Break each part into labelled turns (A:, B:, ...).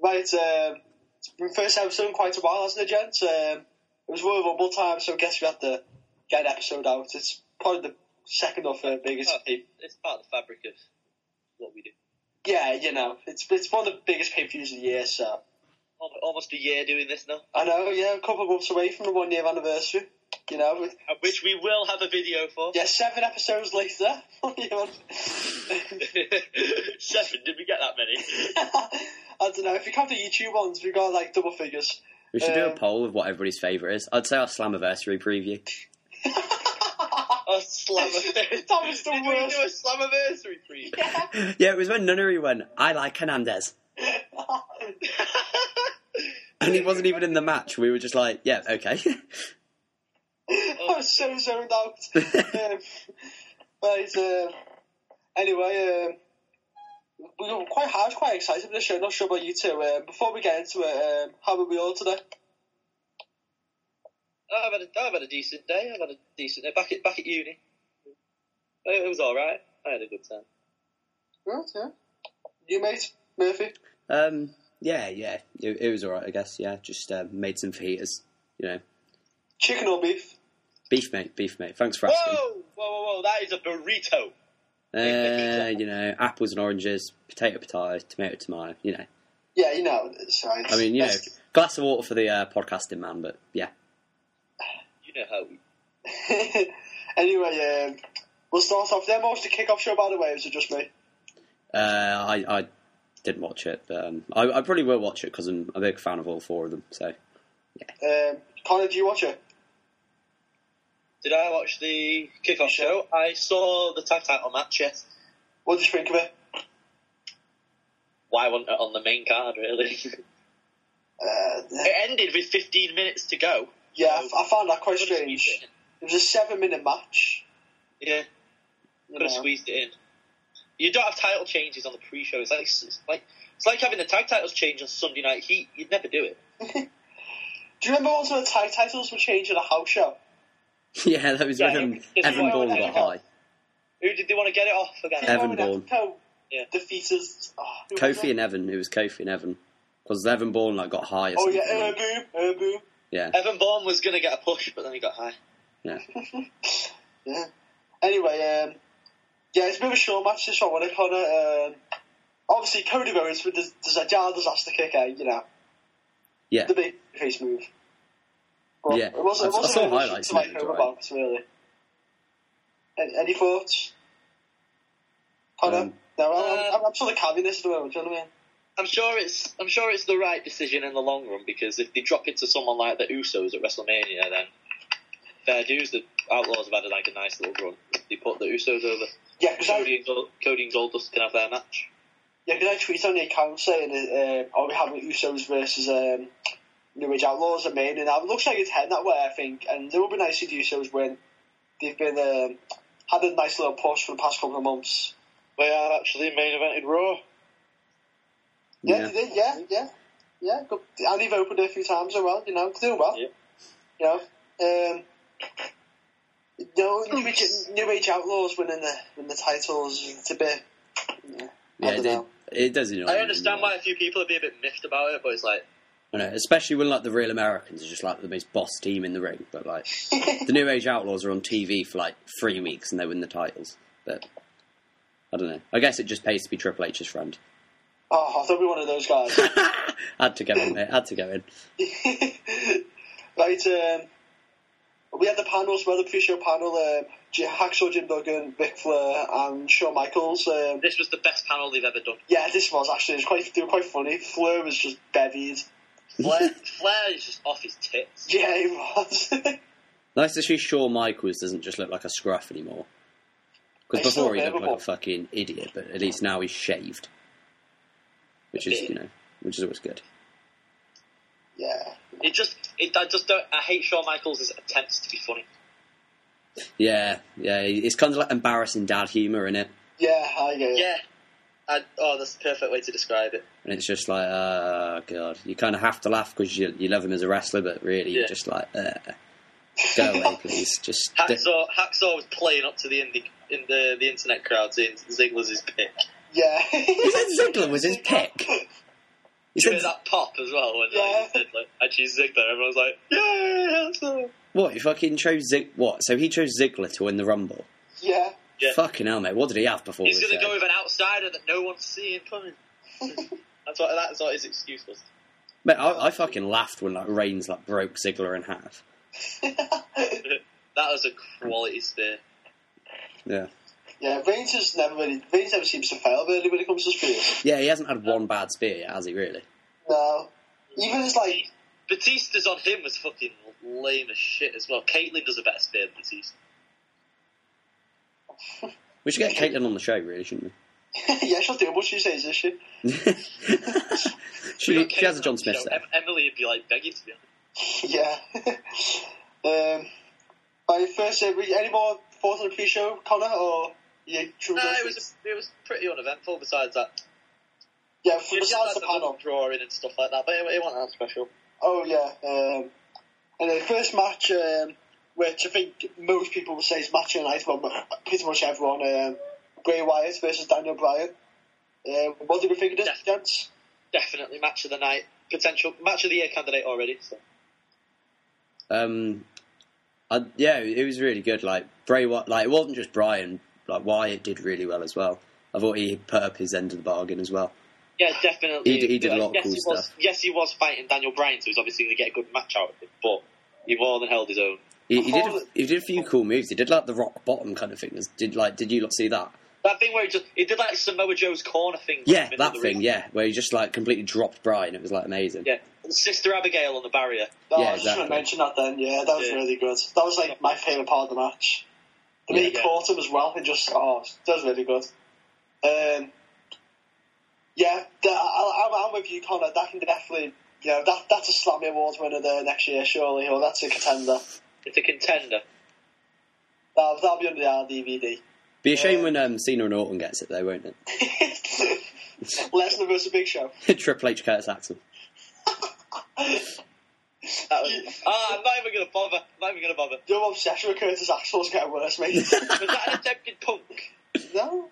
A: quite. Um, it's been first episode in quite a while, hasn't it, gents? Um, it was Royal Rumble time, so I guess we had to get an episode out. It's probably the second or third biggest.
B: Part-
A: pay-
B: It's part of the fabric of what we do.
A: yeah, you know, it's it's one of the biggest pay per views of the year. So
B: Al- Almost a year doing this now,
A: I know, yeah, a couple of months away from the one year anniversary. You know, with,
B: uh, which we will have a video for.
A: yeah, seven episodes later. you know.
B: Seven? Did we get that many?
A: I don't know. If you count the YouTube ones, we've got like double figures.
C: We should do
A: Um,
C: a poll of what everybody's favourite is. I'd say our Slammiversary preview.
B: A slammiversary.
A: That was the
B: Did
A: worst.
B: we do a slammiversary preview?
C: yeah, it was when Nunnery went, I like Hernandez. And he wasn't even in the match. We were just like, yeah, okay.
A: I was so zoned out. um, but um, anyway, um, we were quite I was quite excited for the show. Not sure about you two. Um, before we get into it, um, how were we all today?
B: Oh, I've had a, I've had a decent day. I've had a decent day. Back at back at uni, it, it was all right. I had a good time.
A: Right, yeah. You mate Murphy.
C: um, yeah, yeah. It, it was alright, I guess. Yeah, just uh, made some fajitas. You know,
A: Chicken or beef?
C: beef, mate, beef, mate. Thanks for asking.
B: Whoa, whoa, whoa, whoa! That is a burrito.
C: Uh, you know, apples and oranges, potato, potato, tomato, tomato. You know,
A: Yeah, you know. it's right.
C: I mean, you know,
A: That's-
C: glass of water for the uh, podcasting man. But yeah,
B: You know how? we-
A: anyway, um, we'll start off. Then what was the kickoff show? By the way, was it just me?
C: uh, I, I didn't watch it, but um, I, I probably will watch it because I'm a big fan of all four of them. So
A: Um, Connor, do you watch it?
B: Did I watch the kickoff show? I saw the tag title match. Yes.
A: What did you think of it?
B: Why wasn't it on the main card? Really?
A: Uh,
B: it ended with 15 minutes to go.
A: yeah, I, I found that quite
B: Could have
A: strange.
B: squeezed it
A: It was a seven-minute match.
B: in. Yeah,
A: you
B: could have
A: know.
B: squeezed it in. You don't have title changes on the pre-show. It's like it's like it's like having the tag titles change on Sunday Night Heat. You'd never do it.
A: Do you remember once when the tag titles were changed at a house show?
C: yeah, that was
B: Yeah,
C: when um,
B: it's- it's
C: Evan
B: why-
C: Bourne
B: why-
C: got high.
B: Who did they want to get it off again?
C: Evan
A: You know, when
C: Bourne.
A: Epico
B: Yeah.
A: Defeated oh, who was
C: Kofi
A: it?
C: and Evan. It was Kofi and Evan because Evan Bourne like got high. Or
A: Oh
C: something.
A: yeah, uh, boom, uh, boom.
C: yeah,
B: Evan Bourne was going to get a push, but then he got high.
C: yeah.
A: Yeah. Anyway, um, yeah, it's a bit of a short match this one, wasn't it, Connor? Um, obviously, Cody Rhodes with the, the Zadar disaster kick out, you know,
C: yeah.
A: the big face move. But
C: Yeah,
A: it wasn't, it
C: I- I
A: wasn't
C: saw
A: really much
C: highlights
A: to
C: of
A: like
C: it,
A: home
C: right.
A: about, really. Any, any thoughts? Connor?
C: Um,
A: no, I'm,
B: Uh,
A: I'm, I'm sort of caviing this at the moment, do you know what I mean?
B: I'm sure it's I'm sure it's the right decision in the long run because if they drop into someone like the Usos at WrestleMania, then fair dues. The Outlaws have had like a nice little run. If They put the Usos over.
A: Yeah, because I,
B: Cody and, Gold, Cody and Goldust can have their match.
A: Yeah, because I tweeted on the account saying, uh, "Are we having Usos versus um, New Age Outlaws at Mania?" Now it looks like it's heading that way, I think, and it would be nice to see the Usos win. They've been um, had a nice little push for the past couple of months.
B: They are actually main evented Raw.
A: Yeah,
C: Yeah.
A: they did, yeah, yeah, yeah. Good. And they've opened it a few times as well. You know, they're doing well.
B: Yeah.
A: You know, um, no New Age, New Age Outlaws winning the winning the titles. It's a bit. Yeah, I
C: Yeah,
A: don't
C: it,
A: know.
C: it does annoy
B: I
C: me,
B: understand
C: yeah.
B: why a few people would be a bit miffed about it, but it's like
C: I know, especially when like the real Americans are just like the most boss team in the ring, but like the New Age Outlaws are on TV for like three weeks and they win the titles. But I don't know. I guess it just pays to be Triple H's friend.
A: Oh, I thought we were one of those guys.
C: Had to go in, mate. Had to go in.
A: right, um, we had the panels, we had the pre-show panel, um, J- Hacksaw Jim Duggan, Ric Flair and Shawn Michaels. Um,
B: this was the best panel they've ever done.
A: yeah, this was actually, it was quite, they were quite funny. Flair was just bevied.
B: Flair, Flair is just off his tits.
A: Yeah, he was.
C: Nice to see Shawn Michaels doesn't just look like a scruff anymore. Because
A: He's still
C: before he looked like
A: available.
C: a fucking idiot, but at least now he's shaved, which is you know, which is always good.
A: yeah.
B: It just, it, I just don't. I hate Shawn Michaels' attempts to be funny.
C: Yeah, yeah. It's kind of like embarrassing dad humor in it.
A: Yeah, I get it.
B: Yeah. I, oh, that's the perfect way to describe it.
C: And it's just like, oh god, you kind of have to laugh because you you love him as a wrestler, but really
B: Yeah.
C: you're just like, uh, go away, please. Just
B: Hacksaw, Hacksaw was playing up to the indie, in the, the internet crowd saying Ziggler's his pick.
A: Yeah.
C: Is that Ziggler was his pick? He
B: Did you
C: said,
B: hear that pop as well when
A: Yeah.
B: like, he said, like, I choose Ziggler? Everyone's like, yeah, awesome.
C: what, he fucking chose Zig... What? So he chose Ziggler to win the Rumble?
A: Yeah.
B: Yeah.
C: Fucking hell, mate. What did he have before
B: He's
C: the
B: going to
C: show?
B: go with an outsider that no one's seeing coming. that's what that's what his excuse was.
C: Mate, I, I fucking laughed when, like, Reigns, like, broke Ziggler in half.
B: That was a quality spear.
C: Yeah.
A: yeah, Reigns has never really, Reigns never seems to fail really when it comes to spears.
C: Yeah, he hasn't had one bad spear yet, has he, really?
A: No. Even his like,
B: Batista's on him was fucking lame as shit as well. Caitlyn does a better spear than Batista.
C: We should get Caitlin on the show, really, shouldn't we?
A: yeah, she'll do what she says, is she?
C: she, she has a John Smith
B: You know,
C: set.
B: Em- Emily would be like begging to be on.
A: yeah. um, my first, uh, re- any more thoughts on the pre-show, Connor, or yeah, true?
B: No, Uh, it was it was pretty uneventful. Besides that,
A: yeah, from
B: Besides
A: besides the
B: the
A: panel.
B: drawing and stuff like that, but it, it wasn't that special.
A: Oh yeah. Um, and the first match, um, which I think most people would say is match of the night, well, pretty much everyone. Um, Bray Wyatt versus Daniel Bryan. Uh, what did we think of this,
B: Yeah.
A: gents?
B: Definitely match of the night, potential match of the year candidate already. So.
C: Um, I, yeah, it was really good. Like Bray, Wy- like it wasn't just Brian. Like Wyatt did really well as well. I thought he put up his end of the bargain as well.
B: Yeah, definitely.
C: He d- he did a lot of
B: yes,
C: cool
B: he was,
C: stuff.
B: Yes, he was fighting Daniel Bryan, so he's obviously going to get a good match out of it. But he more than held his own.
C: He, he did. A,
A: Hold it.
C: he did a few cool moves. He did like the rock bottom kind of thing. Did like? Did you lot see that?
B: That thing where he just he did like Samoa Joe's corner thing.
C: Yeah,
B: in the
C: that
B: middle of the
C: thing.
B: ring.
C: Yeah, where he just like completely dropped Brian. It was like amazing.
B: yeah. And Sister Abigail on the barrier.
A: No,
C: Yeah,
A: Oh, I was just going to
C: exactly.
A: mention that then. Yeah, that was
B: Yeah.
A: really good. That was like my favourite part of the match. The way
B: Yeah,
A: he
B: yeah.
A: caught him as well, it just, oh, that was really good. Um, yeah, that, I, I'm, I'm with you, Connor. That can definitely, you know, that, that's a Slammy Awards winner there next year, surely, or that's a contender.
B: It's a contender.
A: That'll, that'll be under the RDVD.
C: Be a shame when um, Cena and Orton gets it though, won't it?
A: Lesnar versus Big Show.
C: Triple H, Curtis Axel.
B: That was, ah, I'm not even going to bother. I'm not even going to bother.
A: Your obsession with Curtis Axel's getting worse, mate.
B: Was that an attempted punk?
A: no?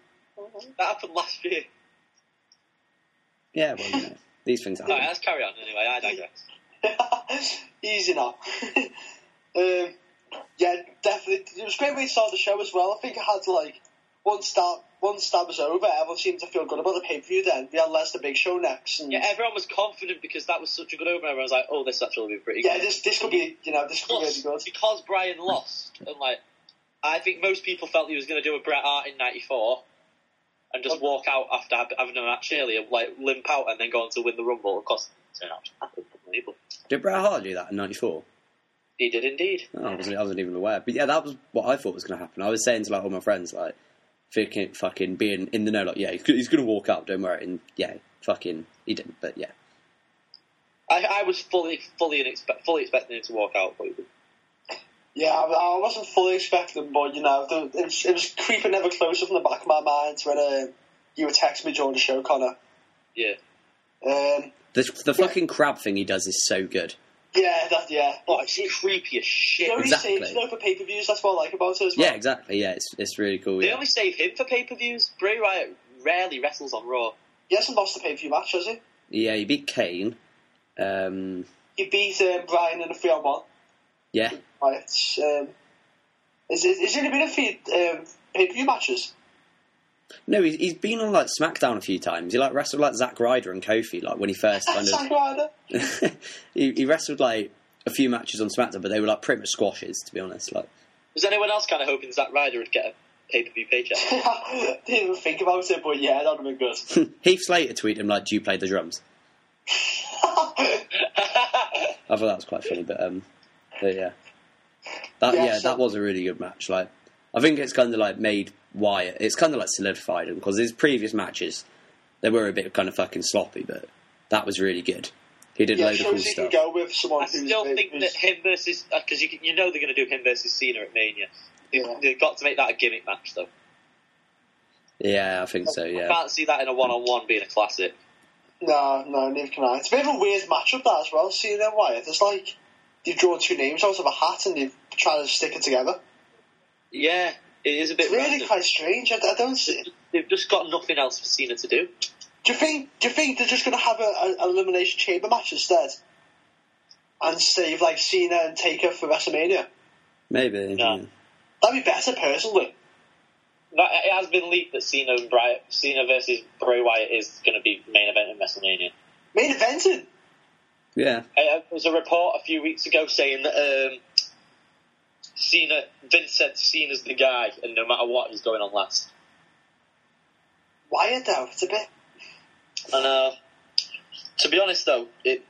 B: That happened last year.
C: Yeah, well, you know, these things
B: All right,
C: happen.
B: let's carry on anyway. I digress.
A: Easy now. um, yeah, definitely. It was a great way to start the show as well. I think it had like one stab, one stab was over. Everyone seemed to feel good about the pay per view. Then we had Lesnar Big Show next, and
B: Yeah,
A: yeah,
B: everyone was confident because that was such a good opener. Everyone was like, "Oh, this actually will be pretty good."
A: this this could be you know this could be
B: Plus,
A: really good.
B: because Brian lost, and like, I think most people felt he was going to do a Bret Hart in '94 and just walk out after ha- having a match earlier, like limp out and then go on to win the Rumble. Of course, it turned out to happen, unbelievable.
C: Did Bret Hart do that in '94?
B: He did indeed.
C: Oh, I wasn't, I wasn't even aware. But yeah, that was what I thought was going to happen. I was saying to like all my friends, like, fucking, fucking being in the know, like, yeah, he's, go- he's going to walk out, don't worry. And yeah, fucking, he didn't. But yeah,
B: I, I was fully, fully, inexpe- fully expecting him to walk out, but he didn't.
A: Yeah, I, I wasn't fully expecting, but you know, the, it, was, it was creeping ever closer from the back of my mind when uh, you were texting me during the show, Connor.
B: yeah.
A: Um,
C: the the fucking crab thing he does is so good.
A: yeah, that yeah.
B: Oh, it's creepy as shit.
A: They only
C: Exactly.
A: saves, you know, for pay per views. That's what I like about it as well.
C: Yeah, exactly. Yeah, it's it's really cool.
B: They
C: Yeah,
B: only save him for pay per views. Bray Wyatt rarely wrestles on Raw.
A: He hasn't lost a pay per view match, has he?
C: yeah he beat Kane. Um,
A: He beat um, Brian in a three on one.
C: yeah,
A: Right. Um, is is, is there been a few um, pay per view matches?
C: no, he's, he's been on like SmackDown a few times. He like wrestled like Zack Ryder and Kofi, like when he first kind of
A: Zack Ryder.
C: he, he wrestled like a few matches on SmackDown, but they were like pretty much squashes, to be honest. Like,
B: Was anyone else kind of hoping Zack Ryder would get a pay per view paycheck?
A: Didn't even think about it, but yeah, that would have been good.
C: Heath Slater tweeted him like, "Do you play the drums?" I thought that was quite funny, but um, but yeah, that
A: Yeah,
C: yeah,
A: so-
C: that was a really good match. Like, I think it's kind of like made Wyatt. It's kind of like solidified him because his previous matches they were a bit kind of fucking sloppy, but that was really good. He did a
A: yeah,
C: load of cool
A: shows you can
C: stuff.
A: go with someone
B: I
A: who's.
B: still
A: who's-
B: think that him versus because you can- you know they're going to do him versus Cena at Mania. They-
A: Yeah.
B: They've got to make that a gimmick match though.
C: Yeah, I think so.
B: I
C: Yeah,
B: can't see that in a one on one being a classic.
A: No, no, neither can I. It's a bit of a weird matchup that as well. Seeing them Wyatt, it's like they've drawn two names out of a hat and they're trying to stick it together.
B: Yeah, it is a bit
A: It's really
B: random.
A: quite strange. I, I don't see.
B: They've just got nothing else for Cena to do.
A: Do you think? Do you think they're just going to have a, a, an elimination chamber match instead, and save like Cena and Taker for WrestleMania?
C: Maybe.
B: No.
C: yeah.
A: That'd be better personally.
B: That, it has been leaked that Cena and Bri Cena versus Bray Wyatt is going to be main event in WrestleMania.
A: Main eventing.
C: Yeah.
B: Uh, there was a report a few weeks ago saying that um, Cena, Vince said Cena's the guy, and no matter what, he's going on last.
A: Wyatt though, it's a bit.
B: And uh, to be honest, though, it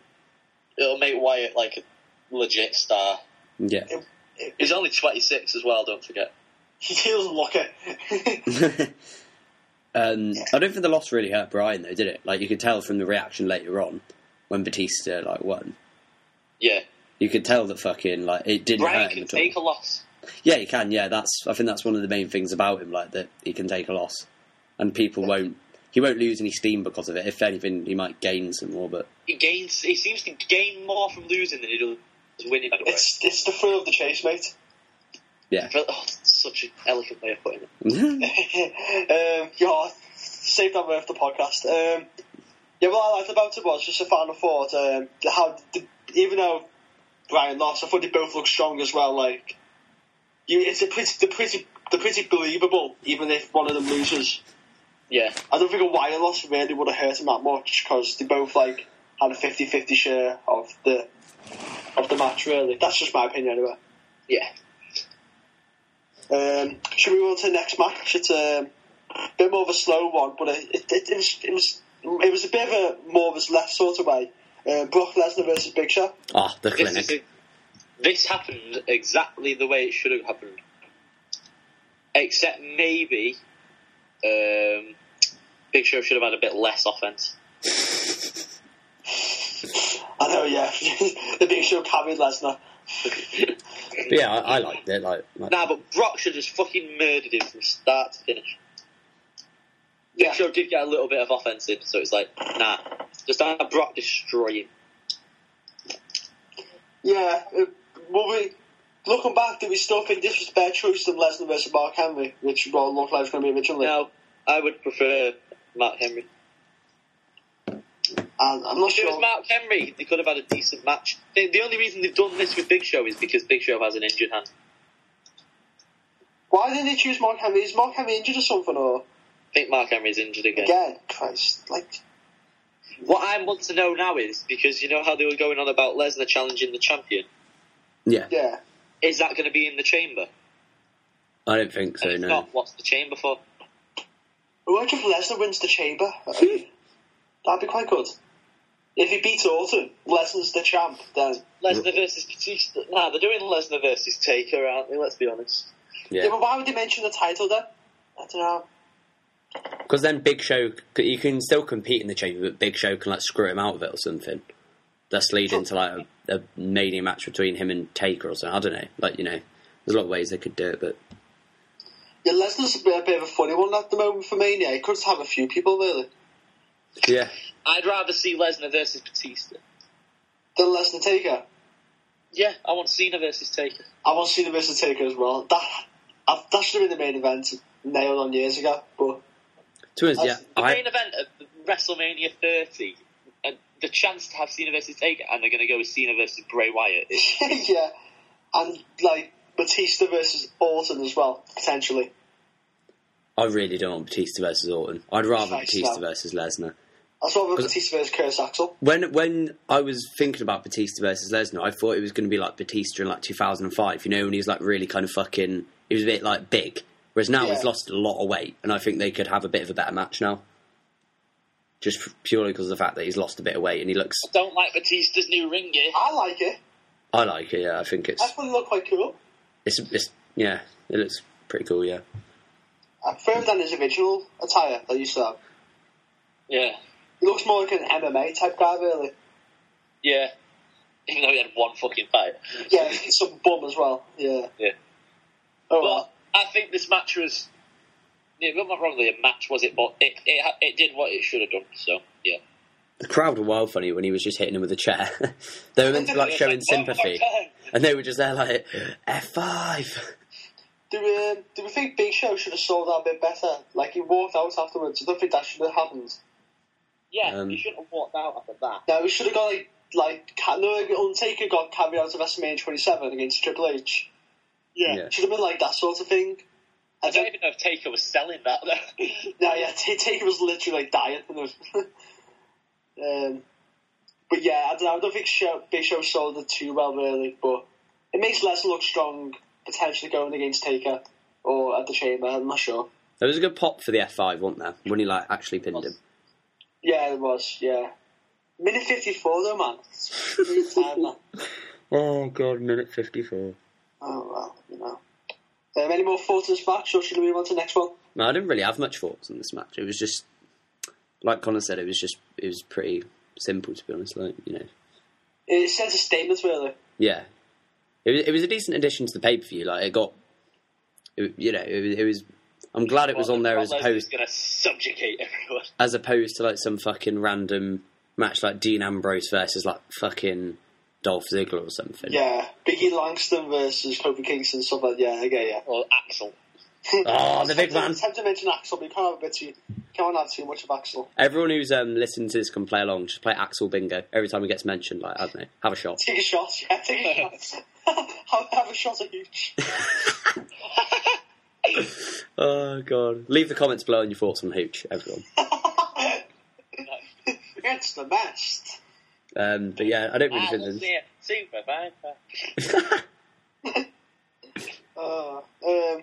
B: it'll make Wyatt like a legit star.
C: Yeah.
B: He's only 26 as well. Don't forget.
A: He doesn't look it.
C: um, I don't think the loss really hurt Brian though, did it? Like you could tell from the reaction later on when Batista like won.
B: Yeah,
C: You could tell that fucking like it didn't
B: Brian
C: hurt him
B: can
C: at all.
B: take a loss.
C: Yeah, he can. Yeah, that's. I think that's one of the main things about him, like that he can take a loss, and people won't. He won't lose any steam because of it. If anything, he might gain some more. But
B: He gains. He seems to gain more from losing than he does winning. It's
A: it's it's the thrill of the chase, mate.
B: oh, it's such an elegant way of putting it.
C: yeah,
A: um, yeah, save that way for the podcast. Um, yeah, what I liked about it was just a final thought. Um, how the, even though Brian lost, I thought they both looked strong as well. Like, you, it's a pretty, the pretty, the pretty believable. Even if one of them loses,
B: Yeah,
A: I don't think a wire loss really would have hurt him that much because they both like had a 50-50 share of the of the match. Really, that's just my opinion anyway.
B: yeah.
A: Um, should we move on to the next match? It's a bit more of a slow one, but it, it, it, was, it was it was a bit of a more of a left sort of way. Uh, Brock Lesnar versus Big Show.
C: ah, the
B: This, is
C: clinic.
B: this happened exactly the way it should have happened, except maybe um, Big Show should have had a bit less offense.
A: I know, yeah, the Big Show carried Lesnar.
C: But yeah, I, I liked it. Like, like
B: Nah, but Brock should have just fucking murdered him from start to finish. Big
A: Yeah.
B: Show did get a little bit of offense in, so it's like, nah, just have Brock destroy him.
A: Yeah, uh, well, we looking back, do we still think this was a better choice than Lesnar versus Mark Henry, which what it looked like it was going to be originally?
B: No, I would prefer Mark Henry.
A: And I'm not
B: If it was
A: sure.
B: Mark Henry, they could have had a decent match. The the only reason they've done this with Big Show is because Big Show has an injured hand.
A: Why didn't they choose Mark Henry? Is Mark Henry injured or something? Or
B: I think Mark Henry's injured again.
A: again, Christ, like
B: What I want to know now is because you know how they were going on about Lesnar challenging the champion.
C: yeah,
A: yeah.
B: Is that going to be in the chamber?
C: I don't think
B: And
C: so.
B: if
C: No,
B: not, what's the chamber for?
A: What if Lesnar wins the chamber? Um, That'd be quite good. If he beats Orton, Lesnar's the champ, then.
B: Lesnar versus Batista. Nah, they're doing Lesnar versus Taker, aren't they? Let's be honest.
A: Yeah,
C: yeah,
A: but why would they mention the title then? I don't know.
C: because then Big Show, c- you can still compete in the chamber, but Big Show can like screw him out of it or something. That's leading to like a, a mania match between him and Taker or something. I don't know. Like you know, there's a lot of ways they could do it, but
A: Yeah, Lesnar's a bit, a bit of a funny one at the moment for Mania. He could have a few people, really.
C: yeah,
B: I'd rather see Lesnar versus Batista.
A: Then Lesnar Taker.
B: Yeah, I want Cena versus Taker.
A: I want Cena versus Taker as well. That, I, that should have been the main event nailed on years ago, but.
C: to us, yeah,
B: The
C: I
B: main event of WrestleMania 30, and the chance to have Cena versus Taker, and they're going to go with Cena versus Bray Wyatt. It's-
A: yeah. And, like, Batista versus Orton as well, potentially.
C: I really don't want Batista versus Orton. I'd rather
A: Nice,
C: Batista
A: no.
C: versus Lesnar.
A: That's what Batista versus Curtis Axel.
C: When when I was thinking about Batista versus Lesnar, I thought it was going to be like Batista in like 2005. You know, when he was like really kind of fucking, he was a bit like big. Whereas now he's
A: Yeah.
C: lost a lot of weight, and I think they could have a bit of a better match now. Just f- purely because of the fact that he's lost a bit of weight and he looks.
B: Don't like Batista's new ring gear.
A: I like it.
C: I like it. Yeah, I think it's
A: I thought it looked quite cool.
C: it's it's yeah, it looks pretty cool. Yeah,
A: I prefer than his original attire that you saw.
B: Yeah,
A: He looks more like an MMA type guy, really.
B: yeah. Even though he had one fucking fight.
A: Yeah, he's some bum as well. Yeah.
B: Yeah.
A: Oh,
B: But
A: well.
B: I think this match was. Yeah, well, not really a match, was it? But it, it ha- it did what it should have done. So yeah.
C: the crowd were wild funny when he was just hitting him with a chair. they were meant to be like
B: It's
C: showing
B: like, oh my
C: sympathy,
A: uh,
B: God.
C: and they were just there like F five.
A: Do we, um, do we think Big Show should have sold out a bit better? Like, he walked out afterwards. I don't think that should have happened.
B: Yeah,
C: Um,
B: you shouldn't have walked out after that.
A: No, we should have got like like Ca- no Undertaker got carried out of WrestleMania 27 against Triple H.
C: Yeah.
A: Should have been like that sort of thing.
B: I don't even know if Taker was selling that though.
A: No, yeah, T- Taker was literally like dying. And was, um, but yeah, I don't know. I don't think Show, Big Show sold it too well, really. But it makes Lesnar look strong, potentially going against Taker or at the Chamber. I'm not sure.
C: There was a good pop for the F5, wasn't there? When he like actually pinned him.
A: Yeah, it was. Yeah, minute 54 though, man. It's pretty time, man.
C: Oh god, minute fifty-four.
A: Oh well, you know. Um, any more thoughts on this match, or should we move on to the next one?
C: No, I didn't really have much thoughts on this match. It was just, like Connor said, it was just it was pretty simple to be honest. Like you know,
A: It says a statement, really.
C: yeah, it was, it was a decent addition to the pay per view. Like it got, it, you know, it was, it was. I'm glad it was on there as opposed
B: going to subjugate everyone.
C: as opposed to like some fucking random match like Dean Ambrose versus like fucking Dolph Ziggler or something.
A: Yeah, Biggie Langston versus Kofi Kingston, stuff like yeah, okay, yeah.
B: Or Axel.
C: Oh, the big man.
A: It's tempted to mention Axel, but you can't have a bit too, can't have too much of Axel.
C: Everyone who's um, listening to this can play along. Just play Axel Bingo every time he gets mentioned. Like I don't know, have a shot.
A: Take a shot, yeah, take a shot. have, have a shot at each.
C: Oh god! Leave the comments below and your thoughts on Hooch, everyone.
A: It's the best.
C: Um, but yeah, I don't really
B: I
C: think
B: was
C: there's.
B: here. Super man.
A: Uh, um,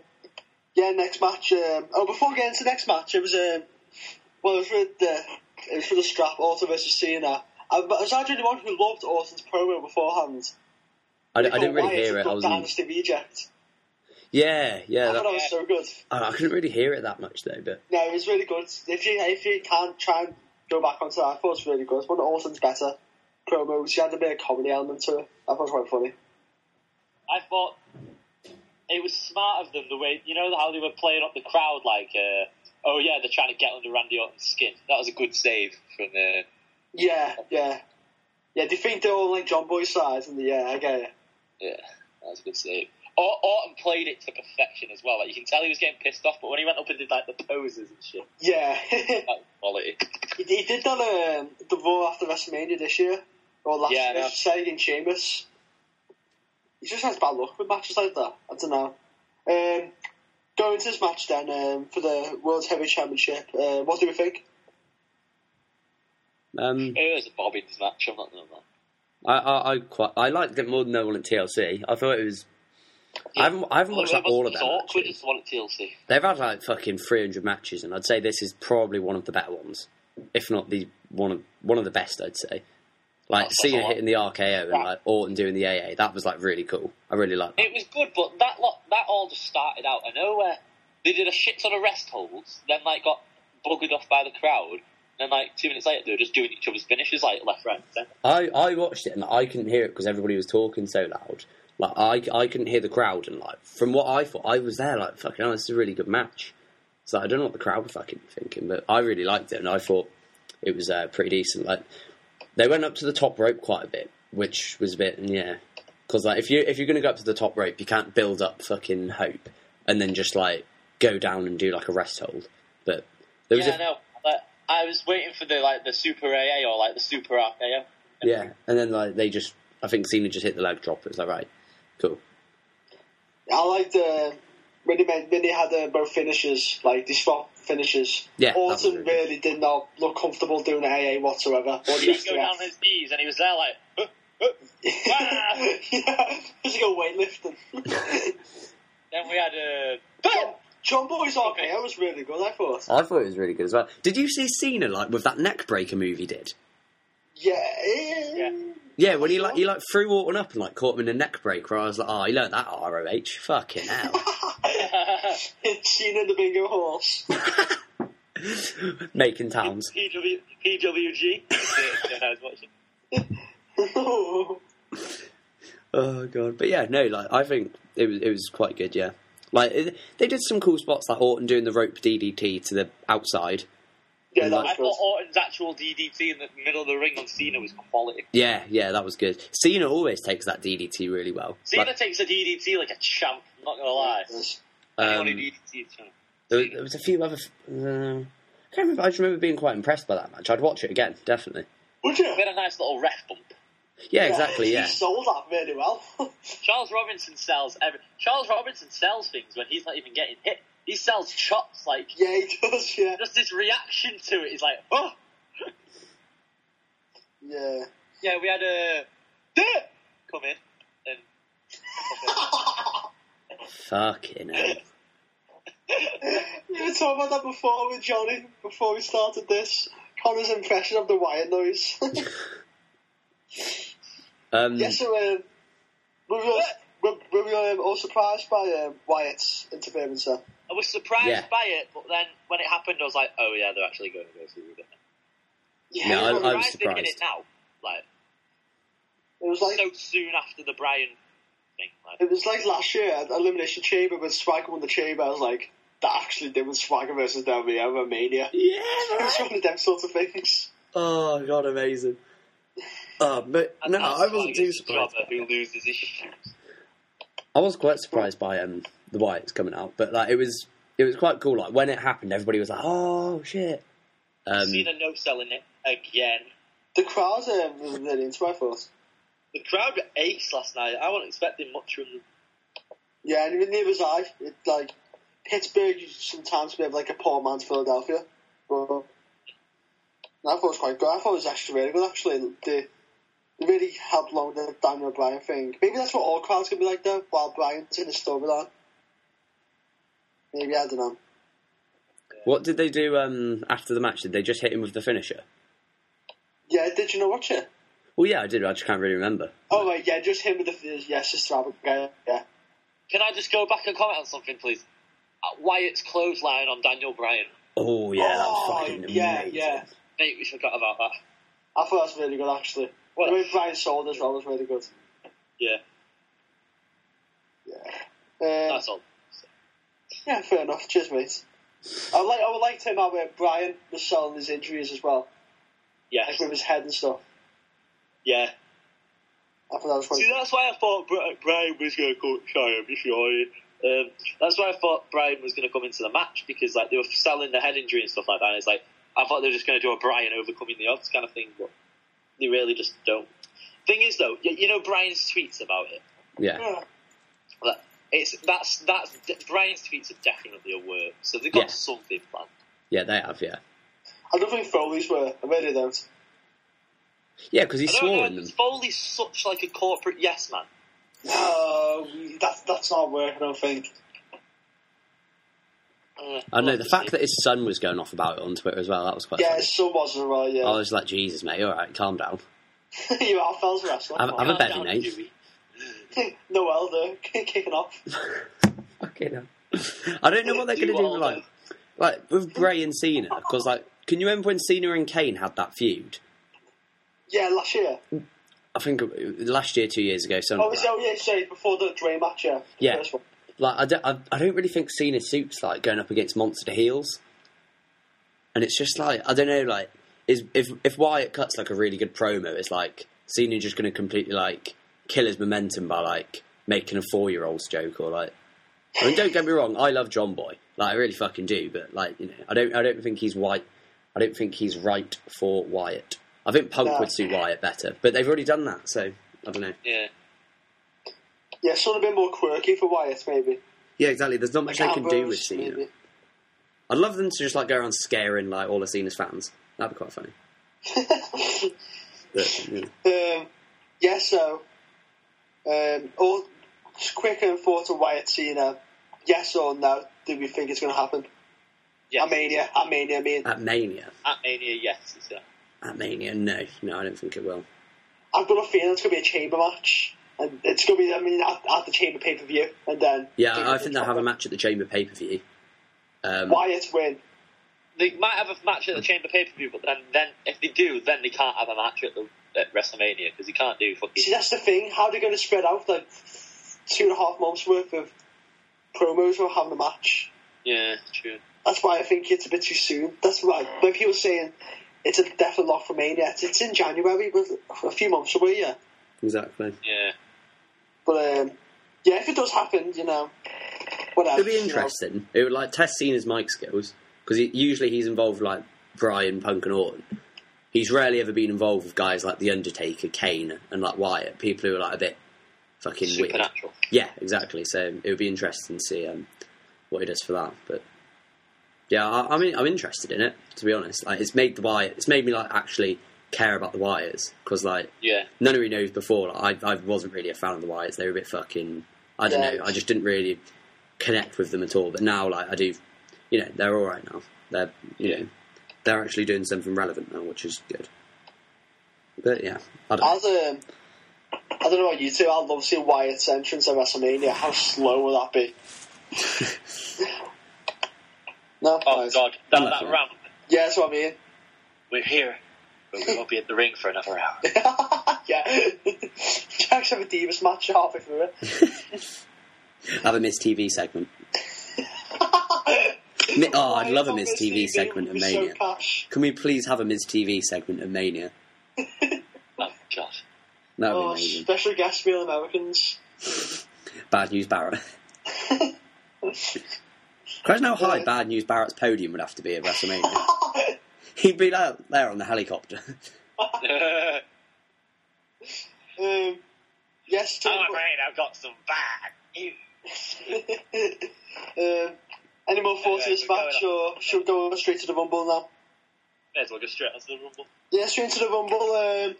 A: yeah, next match. Um, oh, before we get into the next match, it was um, well, it was with the it was for the strap, Orton versus Cena. I, I was actually the one who loved Orton's promo beforehand.
C: I, I didn't really hear it. I was in,
A: Dynasty Reject.
C: yeah, yeah.
A: I thought that
C: That,
A: was so good.
C: I I couldn't really hear it that much though. But
A: No, it was really good. If you if you can't try and go back onto that, I thought it was really good. But Orton's better. Promos, she had a bit of comedy element to it. I thought it was quite funny.
B: I thought it was smart of them the way you know how they were playing up the crowd like, uh, oh yeah, they're trying to get under Randy Orton's skin. That was a good save from uh,
A: Yeah, yeah. Yeah, do you think they're all like John Boy's side? And yeah, I get it.
B: yeah, that was a good save. Or- Orton played it to perfection as well. Like you can tell he was getting pissed off, but when he went up and did like the poses and shit,
A: Yeah.
B: that was quality. Uh,
A: he, he did that um, the Raw after WrestleMania this year. Or last
B: Yeah,
A: year,
B: no.
A: I should say, against Sheamus. He just has bad luck with matches like that. I don't know. Um, going to this match then um, for the World Heavyweight Championship, uh, what do we think?
C: um,
B: It was a Bobbins match. I'm not gonna lie.
C: I, I, I quite I liked it more than the one at TLC. I thought it was. I haven't I haven't watched
B: Well,
C: like,
B: it was-
C: all of
B: it was
C: them.
B: awkward
C: actually.
B: as the one at TLC.
C: They've had like fucking three hundred matches, and I'd say this is probably one of the better ones, if not the one of one of the best. I'd say. Like
B: That's a
C: Cena
B: lot.
C: hitting the RKO and like Orton doing the AA, that was like really cool. I really liked that.
B: It was good, but that lot, that all just started out of nowhere. They did a shit ton of rest holds, then like got buggered off by the crowd. Then like two minutes later, they were just doing each other's finishes like left, right, and centre.
C: I, I watched it and I couldn't hear it because everybody was talking so loud. Like I, I couldn't hear the crowd and like from what I thought I was there like fucking oh this is a really good match. So I don't know what the crowd were fucking thinking, but I really liked it and I thought it was uh, pretty decent. Like they went up to the top rope quite a bit, which was a bit yeah. Because like if you if you're gonna go up to the top rope, you can't build up fucking hope and then just like go down and do like a rest hold. But there was
B: Yeah,
C: a,
B: I know. Like, I was waiting for the like the super AA or like the super RKO.
C: yeah, and then like they just I think Cena just hit the leg drop. It was like right, cool.
A: I liked uh, when they made, when they had uh, both finishes, like they swap finishes.
C: Yeah, that was
A: Orton
C: really good.
A: really did not look comfortable doing AA whatsoever. Or
B: He
A: the
B: didn't go down on
A: SDF.
B: his knees, and he was there like, huh, huh. Wow.
A: yeah, just go weightlifting.
B: then we had uh, a.
A: John, John Boy's RKO was really good. I thought.
C: I thought it was really good as well. Did you see Cena like with that neck breaker move he did?
A: Yeah,
B: Yeah.
C: Yeah, when he like he like threw Orton up and like caught him in a neck breaker. I was like, oh, he learned that at ROH. Fucking hell,
A: Cena the bingo horse.
C: making towns.
B: PW, PWG. Yeah, I was watching.
A: yeah,
C: Oh god, but yeah, no, like I think it was it was quite good. Yeah, like it, they did some cool spots like Orton doing the rope DDT to the outside.
A: that
B: I
A: was
B: thought
A: good.
B: Orton's actual DDT in the middle of the ring on Cena was quality.
C: Yeah, yeah, that was good. Cena always takes that DDT really well.
B: Cena
C: Like,
B: takes a DDT like a champ. I'm not gonna lie.
A: Yes.
B: The
C: um,
B: only DDT champ.
C: there, was, there was a few other. f- Uh, can't remember. I just remember being quite impressed by that match. I'd watch it again, definitely.
A: Would you?
B: We had a nice little ref bump.
C: Yeah, exactly. Yeah,
A: He sold that really well.
B: Charles Robinson sells every. Charles Robinson sells things when he's not even getting hit. He sells chops like
A: yeah, he does. Yeah,
B: just his reaction to it is like, oh
A: yeah. uh,
B: yeah. We had a come in and
C: fucking hell.
A: You were talking about that before with Johnny, before we started this. Connor's impression of the wire noise.
C: Um,
A: yeah, so um, were we all, were, were we all, um, all surprised by um, Wyatt's interference there?
B: I was surprised
C: Yeah.
B: by it, but then when it happened, I was like, oh yeah, they're actually going to go through with it.
A: Yeah,
C: No, I-
A: it was,
C: I was-
B: Why are they doing
C: surprised.
B: it now, like
A: it was like
B: so soon after the Brian thing. Like,
A: it was like last year at Elimination Chamber when Swagger won the Chamber. I was like, that actually did with Swagger versus WM and Mania.
C: yeah.
A: It was one of them sorts of things.
C: Oh god, amazing. Uh, but no,
B: that's
C: I wasn't
B: like
C: too
B: it's a eh?
C: surprised.
B: jobber who loses his shoes.
C: I was quite surprised by um, the Wyatt's coming out, but like it was, it was quite cool. Like when it happened, everybody was like, "Oh shit!" Um,
B: Cena no selling it again.
A: The crowd um, was really into it, I thought.
B: The crowd were ace last night. I wasn't expecting much from them.
A: Yeah, and even neither was I. It, like Pittsburgh used to sometimes be like a poor man's Philadelphia, but I thought it was quite good. I thought it was actually really good. Actually, they, they really helped along with the Daniel Bryan thing. Maybe that's what all crowds can be like though. While Bryan's in the storyline, maybe I don't know.
C: what did they do um, after the match? Did they just hit him with the finisher?
A: Yeah, did you not watch it?
C: Well, yeah, I did. I just can't really remember.
A: Oh right, yeah, just him with the yeah, sister Abigail. Yeah,
B: Can I just go back and comment on something, please? Uh, Wyatt's clothesline on Daniel Bryan.
C: Oh yeah, that was
A: Oh,
C: fucking
A: yeah,
C: amazing.
A: yeah.
B: Mate, we forgot about that.
A: I thought that was really good actually.
B: Well-
A: the way Bryan sold as well was really good.
B: Yeah,
A: Uh,
B: that's all.
A: Yeah, fair enough. Cheers, mate. I like I would like to know where Brian was selling his injuries as well,
B: Yeah,
A: like with his head and stuff.
B: yeah.
A: I thought that was quite.
B: See, that's why I thought Bri- Brian was going to go. Sorry, I'm sorry. Um, that's why I thought Brian was going to come into the match because like they were selling the head injury and stuff like that. And it's like I thought they were just going to do a Brian overcoming the odds kind of thing, but they really just don't. Thing is, though, y- you know Brian's tweets about it.
C: yeah.
A: Yeah.
B: Like, It's that's that's Brian's tweets are definitely a work, so they've got
C: Yeah.
B: something planned.
C: Yeah, they have, yeah.
A: I don't think Foley's were. I really don't.
C: Yeah, because he
B: I don't
C: swore
B: know.
C: in them.
B: Foley's such like a corporate yes man.
A: No, that's Uh, that's not work. I don't think.
B: Uh,
C: I know,
B: well,
C: the fact that his son was going off about it on Twitter as well, that was quite
A: Yeah,
C: funny.
A: his son was as well.
C: I
A: Yeah,
C: was like, Jesus, mate, alright, calm down.
A: you are fellas wrestling.
C: I'm- I'm
A: Noel
C: a better
B: down,
C: mate.
B: Dewey.
A: Noel though kicking off.
C: Fucking hell. I don't know what they're going to
B: Do
C: do,
B: all
C: like,
B: the-
C: like, with Bray and Cena, because, like, can you remember when Cena and Kane had that feud?
A: Yeah, last year.
C: I think it- last year, two years ago, something
A: Oh,
C: like
A: was
C: that.
A: oh yeah, sorry, before the Dre match. Yeah. The
C: Yeah.
A: first one.
C: Like, I don't, I, I don't really think Cena suits, like, going up against monster heels. And it's just like, I don't know, like, is if, if Wyatt cuts, like, a really good promo, it's like, Cena just going to completely, like, kill his momentum by, like, making a four year old's joke or, like, I mean, don't get me wrong, I love John Boy. Like, I really fucking do, but, like, you know, I don't, I don't think he's white. I don't think he's right for Wyatt. I think Punk
A: No.
C: would suit Wyatt better, but they've already done that, so I don't know.
B: Yeah.
A: Yeah, sort of a bit more quirky for Wyatt maybe.
C: Yeah, exactly. There's not much they can do with
A: Ambrose,
C: Cena.
A: maybe.
C: I'd love them to just like go around scaring like all of Cena's fans. That'd be quite funny. But, yeah.
A: Um, yeah, so um, all just quick and thought of Wyatt Cena. Yes or no? Do we think it's going to happen?
B: Yes.
A: At Mania, at Mania, I mean,
C: At Mania,
B: At Mania, yes, it's gonna.
C: at Mania, no, no, I don't think it will.
A: I've got a feeling it's going to be a chamber match, and it's going to be, I mean, at, at the chamber pay per view, and then
C: Yeah, I think they'll have a match at the Chamber pay per view. Um,
A: Wyatt win.
B: They might have a match at
A: Hmm.
B: the Chamber pay per view, but then, then if they do, then they can't have a match at, the, at WrestleMania because they can't do fucking.
A: See, that's the thing. How are they going to spread out like two and a half months worth of promos or having a match?
B: Yeah, true.
A: That's why I think it's a bit too soon. That's why
B: Mm.
A: when people are saying it's a definite lock for Mania, it's, it's in January, but a few months away, yeah.
C: exactly.
B: Yeah,
A: But um, yeah, if it does happen, you know, whatever.
C: It'd be interesting. It would like test Cena's mic skills. because he, usually he's involved with, like Brian, Punk, and Orton. He's rarely ever been involved with guys like The Undertaker, Kane, and like Wyatt, people who are like a bit fucking weird.
B: Supernatural.
C: Yeah, exactly. So it would be interesting to see um, what he does for that. But yeah, I, I mean, I'm interested in it to be honest. Like, it's made the Wyatt. It's made me like actually care about the Wyatts because like
B: Yeah.
C: none of you knows before. Like, I I wasn't really a fan of the Wyatts. They were a bit fucking. I don't
A: Yeah.
C: know. I just didn't really connect with them at all. But now, like, I do. You know, they're all right now. They're you know, they're actually doing something relevant now, which is good. But yeah, I don't.
A: As um, I don't know about you two, I'd love to see Wyatt's entrance at WrestleMania. How slow would that be? no,
B: Oh
A: nice.
B: God, that,
C: Nice
B: that
C: one.
B: ramp.
A: yeah, that's what I mean.
B: We're here, but we won't be in the ring for another hour.
A: yeah, Jack's have a Divas match halfway through it.
C: Have a Miss TV segment. Mi- oh, I'd
A: Wyatt
C: love a
A: on
C: Miss
A: this
C: TV segment
A: would
C: of
A: be so
C: Mania.
A: cash.
C: Can we please have a Miss TV segment of Mania?
B: Oh God.
C: That would be
A: Oh,
C: amazing.
A: special guest real Americans.
C: Bad News Barrett. Imagine how high Bad News Barrett's podium would have to be at WrestleMania. He'd be like there on the helicopter.
B: Oh,
A: Um, yes, to-
B: I'm afraid I've got some bad news.
A: um, any more thoughts on
B: Okay,
A: this
B: we're
A: match,
B: going
A: or
B: on.
A: should we go straight to the Rumble now?
B: May as well go straight onto the rumble.
A: Yeah, straight to the Rumble. Um,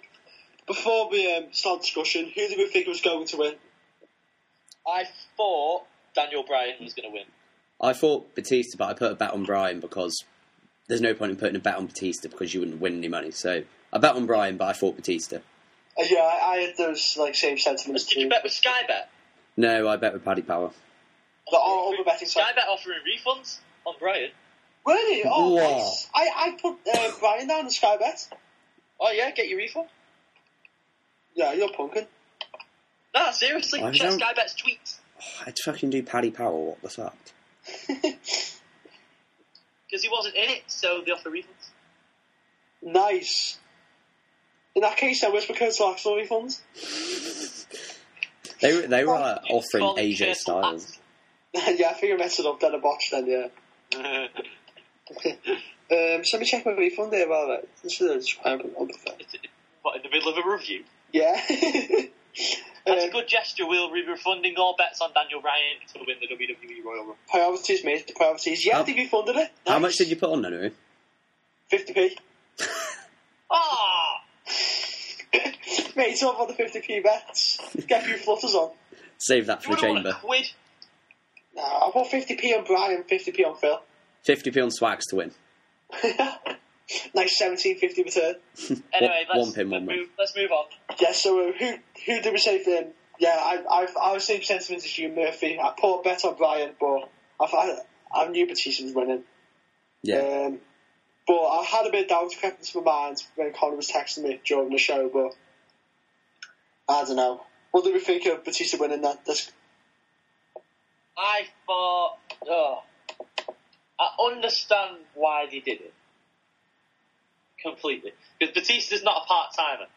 A: before we um, start discussion, who did we think was going to win?
B: I thought Daniel Bryan was going to win.
C: I thought Batista, but I put a bet on Brian because there's no point in putting a bet on Batista because you wouldn't win any money. So I bet on Brian, but I thought Batista.
A: Uh, yeah, I, I had those like same sentiments.
B: Did you
A: too.
B: bet with Sky Bet?
C: No, I bet with Paddy Power.
A: The all over betting
B: Sky
A: side.
B: Bet offering refunds on Bryan.
A: Really? Oh,
C: Wow.
A: nice. I, I put uh, Brian down the sky bet.
B: Oh yeah, get your refund.
A: Yeah, you're punking.
B: Nah, seriously,
C: I
B: check
C: don't-
B: Sky Bet's tweets
C: I'd fucking do Paddy Power. What the fuck?
B: because he wasn't in it, so they offer refunds.
A: Nice. In that case, I wish we could select some refunds.
C: They were, they were like, offering
B: Colin
C: AJ
B: Churchill
C: Styles.
A: yeah, I think I messed it up, then I botched then, yeah.
B: it's,
A: Um, so let me check my refund there, by the way. This is a-
B: it's- what in the middle of a review.
A: Yeah.
B: That's a
A: um,
B: good gesture. We'll be refunding all bets on Daniel Bryan to win the WWE Royal Rumble.
A: priorities, mate. Priorities. Yeah,
C: How-
A: they refunded it.
C: How much did you put on Nanu?
A: 50p.
B: Ah,
A: mate, it's all for the 50p bets. Get a few flutters on.
C: Save that
B: you
C: for the
B: would have won a
C: chamber.
B: quid.
A: Nah, I want 50p on Brian, 50p on Phil.
C: 50p on Swags to win.
A: nice 1750 return.
B: Anyway, let's,
C: One- one pin,
B: let's,
C: one win.
B: move, let's move on.
A: Yeah, so uh, who who did we say then? Yeah, I I I was same sentiments as you, Murphy. I put a bet on Brian, but I I, I knew Batista was winning.
C: Yeah.
A: Um, but I had a bit of doubt crept into my mind when Connor was texting me during the show. But I don't know. What did we think of Batista winning that? This
B: I thought, oh, I understand why they did it completely because Batista's not a part timer.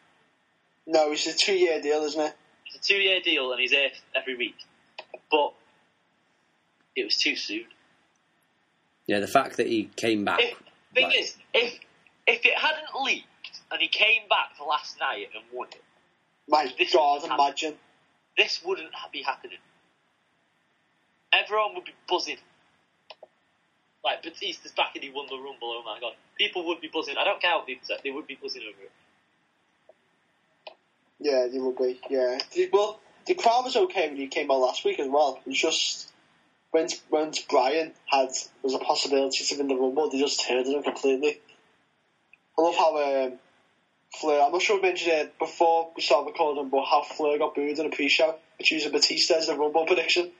A: no, it's a two year deal, isn't it?
B: It's a two year deal and he's here every week, but it was too soon.
C: Yeah, the fact that he came back.
B: If, thing
C: like-
B: is, if if it hadn't leaked and he came back the last night and won it,
A: My
B: This
A: God,
B: happened.
A: imagine.
B: this wouldn't ha- be happening. Everyone would be buzzing. Like Batista's back and he won the Rumble. Oh my god, people would be buzzing. I don't care what people say; they would be buzzing over it.
A: Yeah, they would be. Yeah. The- Well, the crowd was okay when he came out last week as well. It was just when when Brian had was a possibility to win the rumble, they just turned on him completely. I love how um, Flair. I'm not sure we mentioned it before we started recording, but how Flair got booed in a pre-show, which using Batista as the rumble prediction.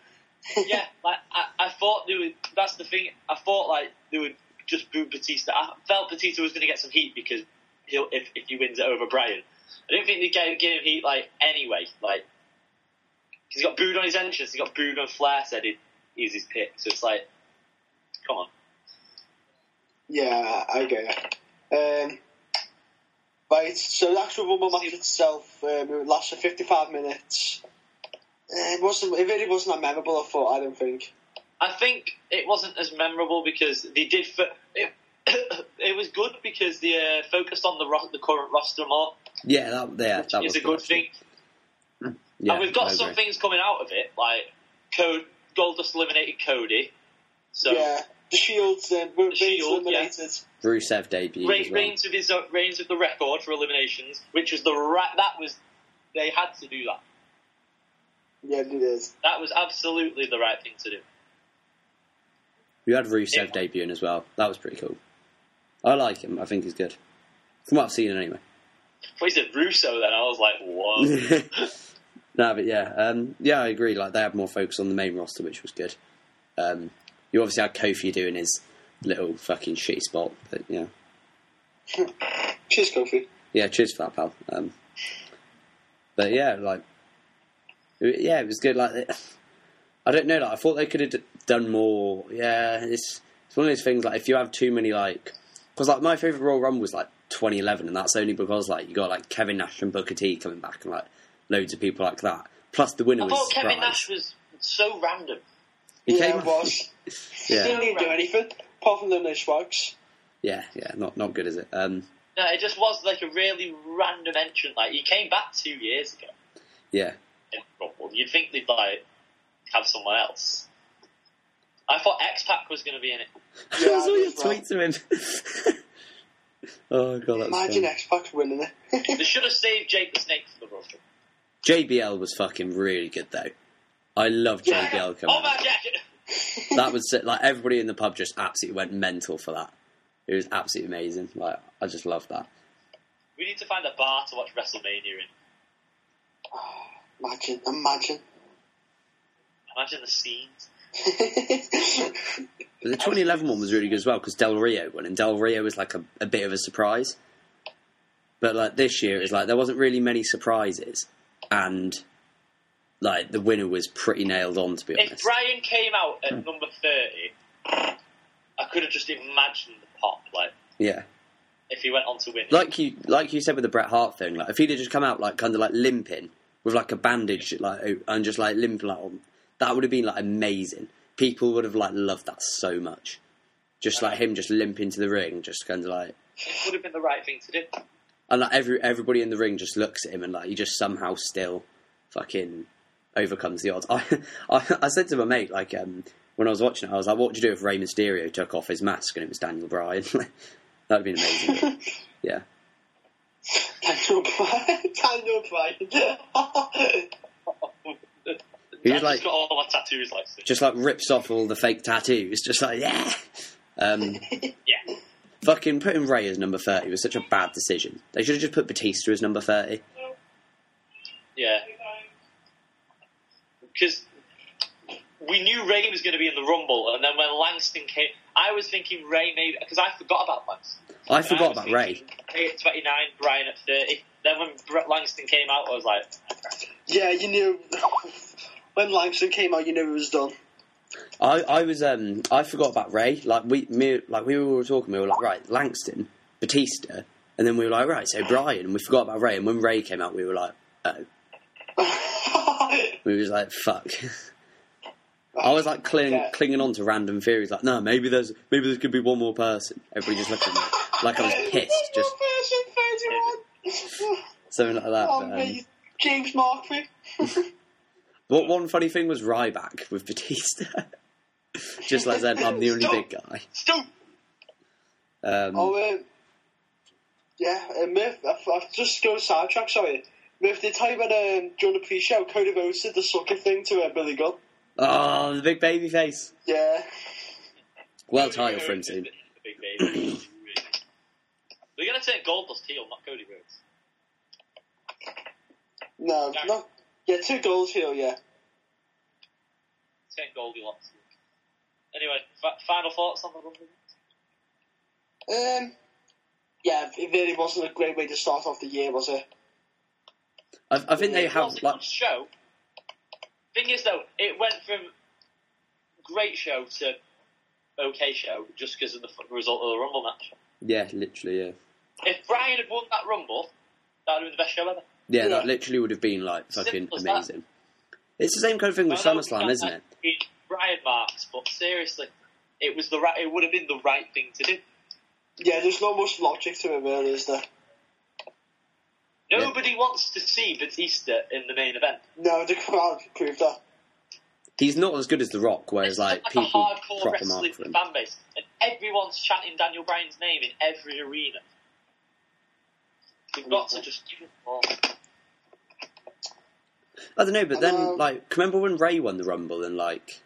B: yeah, like I, I thought they would. That's the thing. I thought like they would just boo Batista. I felt Batista was going to get some heat because he'll if, if he wins it over Bryan. I didn't think they gave, gave him heat like anyway. Like 'cause he got booed on his entrance. He got booed on Flair. Said he'd use his pick. So it's like, come on.
A: Yeah, I get it. Um, right, so the actual Rumble match itself um, it lasted Um, 55 minutes. Uh, It wasn't. It really wasn't that memorable. I thought. I don't think.
B: I think it wasn't as memorable because they did. Fo- it, it was good because they uh, focused on the ro- the current roster more.
C: Yeah, that, yeah, that
B: It's
C: was
B: a good
C: actually.
B: thing,
C: Yeah,
B: and we've
C: I
B: got
C: agree.
B: some things coming out of it. Like Code Goldust eliminated Cody, so
A: yeah, the Shields and Reigns
B: Shield, yeah.
A: eliminated.
C: Rusev debuted
B: Re-
C: as well.
B: Reigns with his uh, Reigns with the record for eliminations, which was the ra- that was they had to do that.
A: Yeah, it is.
B: That was absolutely the right thing to do.
C: You had Rusev
B: Yeah.
C: debuting as well. That was pretty cool. I like him. I think he's good. From what I've seen, anyway.
B: When he said Russo, then I was like, whoa.
C: no, but yeah, um, yeah, I agree. Like they had more focus on the main roster, which was good. Um, you obviously had Kofi doing his little fucking shitty spot, but yeah,
A: Cheers, Kofi.
C: yeah, cheers for that, pal. Um, but yeah, like, it- yeah, it was good. Like, it- I don't know, like, I thought they could have d- done more. Yeah, it's it's one of those things. Like, if you have too many, like, because like my favorite Royal Rumble was like 2011, and that's only because like you got like Kevin Nash and Booker T coming back, and like loads of people like that. Plus, the winner
B: I
C: was
B: thought
C: surprise.
B: Kevin Nash was so random.
C: He
A: yeah,
C: came-
A: it was.
C: yeah,
A: Didn't even do anything apart from them those sparks.
C: yeah, yeah. Not not good, is it? Um,
B: No, it just was like a really random entrant. Like he came back two years ago.
C: yeah,
B: in Rumble. You'd think they'd like have someone else. I thought X Pac was going to be in it.
C: I saw
A: I
C: your
A: was wrong.
C: tweets of him. oh god, that's
A: Imagine
C: funny.
A: X Pac winning it.
B: They should have saved Jake the Snake for the Royal Rumble.
C: JBL was fucking really good though. I love
A: Yeah.
C: JBL coming.
B: Oh my
C: out.
B: jacket!
C: That was so- like everybody in the pub just absolutely went mental for that. It was absolutely amazing. Like I just love that.
B: We need to find a bar to watch WrestleMania in.
A: imagine, imagine.
B: Imagine the scenes.
C: But the 2011 one was really good as well because Del Rio won, and Del Rio was like a, a bit of a surprise. But like this year, it was like there wasn't really many surprises, and like the winner was pretty nailed on to be
B: If
C: honest.
B: Brian came out at
C: Hmm.
B: number thirty, I could have just imagined the pop. Like
C: Yeah,
B: if he went on to win, it.
C: like you like you said with the Bret Hart thing, like if he'd have just come out like kind of like limping with like a bandage, like o- and just like limping, like on, that would have been like amazing. People would have like loved that so much. Just like him, just limping to the ring, just kind of like
B: it would have been the right thing to do.
C: and like every everybody in the ring just looks at him and like he just somehow still fucking overcomes the odds. I I, I said to my mate like um, when I was watching it, I was like, "What would you do if Rey Mysterio took off his mask and it was Daniel Bryan?" That'd be amazing. yeah,
A: Daniel Bryan. Daniel Bryan.
C: He
B: I
C: was
B: just
C: like-
B: got all my tattoos like this.
C: just like rips off all the fake tattoos, just like yeah. Um,
B: yeah.
C: fucking putting Ray as number thirty was such a bad decision. They should have just put Batista as number thirty.
B: Yeah. Because we knew Ray was going to be in the Rumble, and then when Langston came, I was thinking Ray maybe because I forgot about Langston.
C: I
B: And
C: forgot
B: was
C: about Ray.
B: thinking Ray at twenty nine, Brian at thirty. Then when Br- Langston came out, I was like,
A: yeah, you knew when Langston came out, you knew it was done.
C: I, I was um I forgot about Ray. Like we me, like we were all talking, we were like, right, Langston, Batista, and then we were like, right, so Brian, and we forgot about Ray, and when Ray came out we were like, oh. We was like, fuck. I was like clinging,
A: Yeah.
C: clinging on to random theories, like, no, maybe there's maybe there could be one more person. Everybody just looked at me like I was pissed, just
A: Version 31.
C: something like that.
A: Oh,
C: but, um,
A: mate, James Markby.
C: What one funny thing was Ryback with Batista. Just like that, I'm the only
B: Stop.
C: big guy.
B: "Stop!"
C: Um,
A: Oh, um, yeah, uh, Murph, I've, I've just go sidetrack, sorry. Murph, did you tell you when, um, during the pre-show, Cody Rhodes did the sucker thing to uh, Billy Gunn?
C: oh, the big baby face.
A: Yeah.
C: World title for him soon.
B: Big baby. We're gonna take Goldust heel, not Cody Rhodes.
A: No,
B: Darren.
A: not... Yeah, two goals here, yeah.
B: Take Goldilocks. heel. Anyway, fa- final thoughts on the Rumble.
A: Um, yeah, it really wasn't a great way to start off the year, was it?
C: I, I think they
B: It
C: have
B: was a
C: like
B: good show. Thing is, though, it went from great show to okay show just because of the f- result of the Rumble match.
C: yeah, literally yeah,
B: If Brian had won that Rumble, that would have been the best show ever.
C: yeah, that
A: Yeah.
C: literally would have been like fucking
B: Simple as that.
C: amazing. It's the same kind of thing with
B: Well, that would be
C: SummerSlam,
B: like-
C: isn't it?
B: If Bri- Brian Marks, but seriously, it was the right. It would have been the right thing to do.
A: Yeah, there's not much logic to it, really, is there?
C: Yeah.
B: Nobody wants to see Batista in the main event.
A: No, the crowd proved that.
C: He's not as good as The Rock, whereas
B: It's like,
C: like
B: a
C: people
B: hardcore
C: prop him up
B: wrestling
C: for him.
B: fan base, and everyone's chanting Daniel Bryan's name in every arena. You've got to just give it all.
C: I don't know, but then
A: Um,
C: like, remember when Ray won the Rumble and like,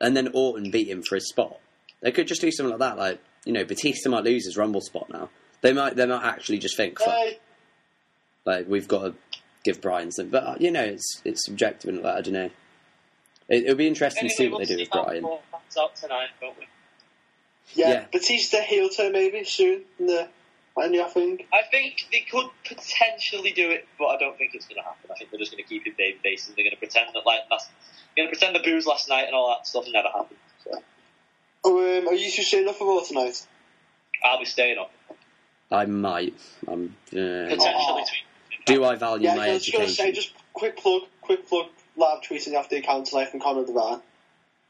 C: and then Orton beat him for his spot? They could just do something like that. Like, you know, Batista might lose his Rumble spot now. They might, they might actually just think, "Fuck,
A: Hey,
C: like we've got to give Brian some. But uh, you know, it's it's subjective and like, I don't know. It, it'll be interesting to see what
B: Anyway,
C: they do
B: we'll
C: with
B: see how
C: Brian.
B: it pans out tonight, won't we?
A: yeah,
C: Yeah.
A: Batista heel turn maybe soon in the Mania thing.
B: I think they could potentially do it, but I don't think it's going to happen. I think they're just going to keep it baby face and they're going to pretend that like that's going to pretend the booze last night and all that stuff never happened. So
A: Oh, um, are you two staying up for more tonight?
B: I'll be staying up
C: I might. I'm, uh,
B: potentially.
A: Aw.
B: Tweet.
C: do I value
A: yeah,
C: my
A: I was just going to say,
C: education?
A: just quick plug, quick plug, live tweeting after the account tonight from Conrad the Van.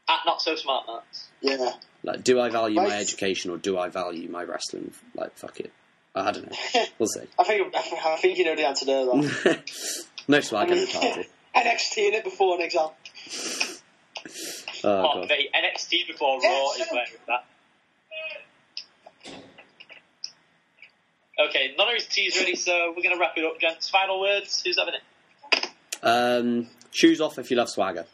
B: at not so smart nuts.
A: Yeah.
C: Like, do I value my
A: Right.
C: education or do I value my wrestling? Like, fuck it. I don't know. We'll see.
A: I think I think you know the answer there, though.
C: no swag in the title.
A: NXT in it before an exam.
C: Oh,
B: Oh,
C: God.
B: mate, NXT before
A: Yeah,
B: Raw is
A: so-
B: wearing that. Okay, none of his tea's ready, so we're going to wrap it up, gents. Final words. Who's having it?
C: Um, shoes off if you love swagger.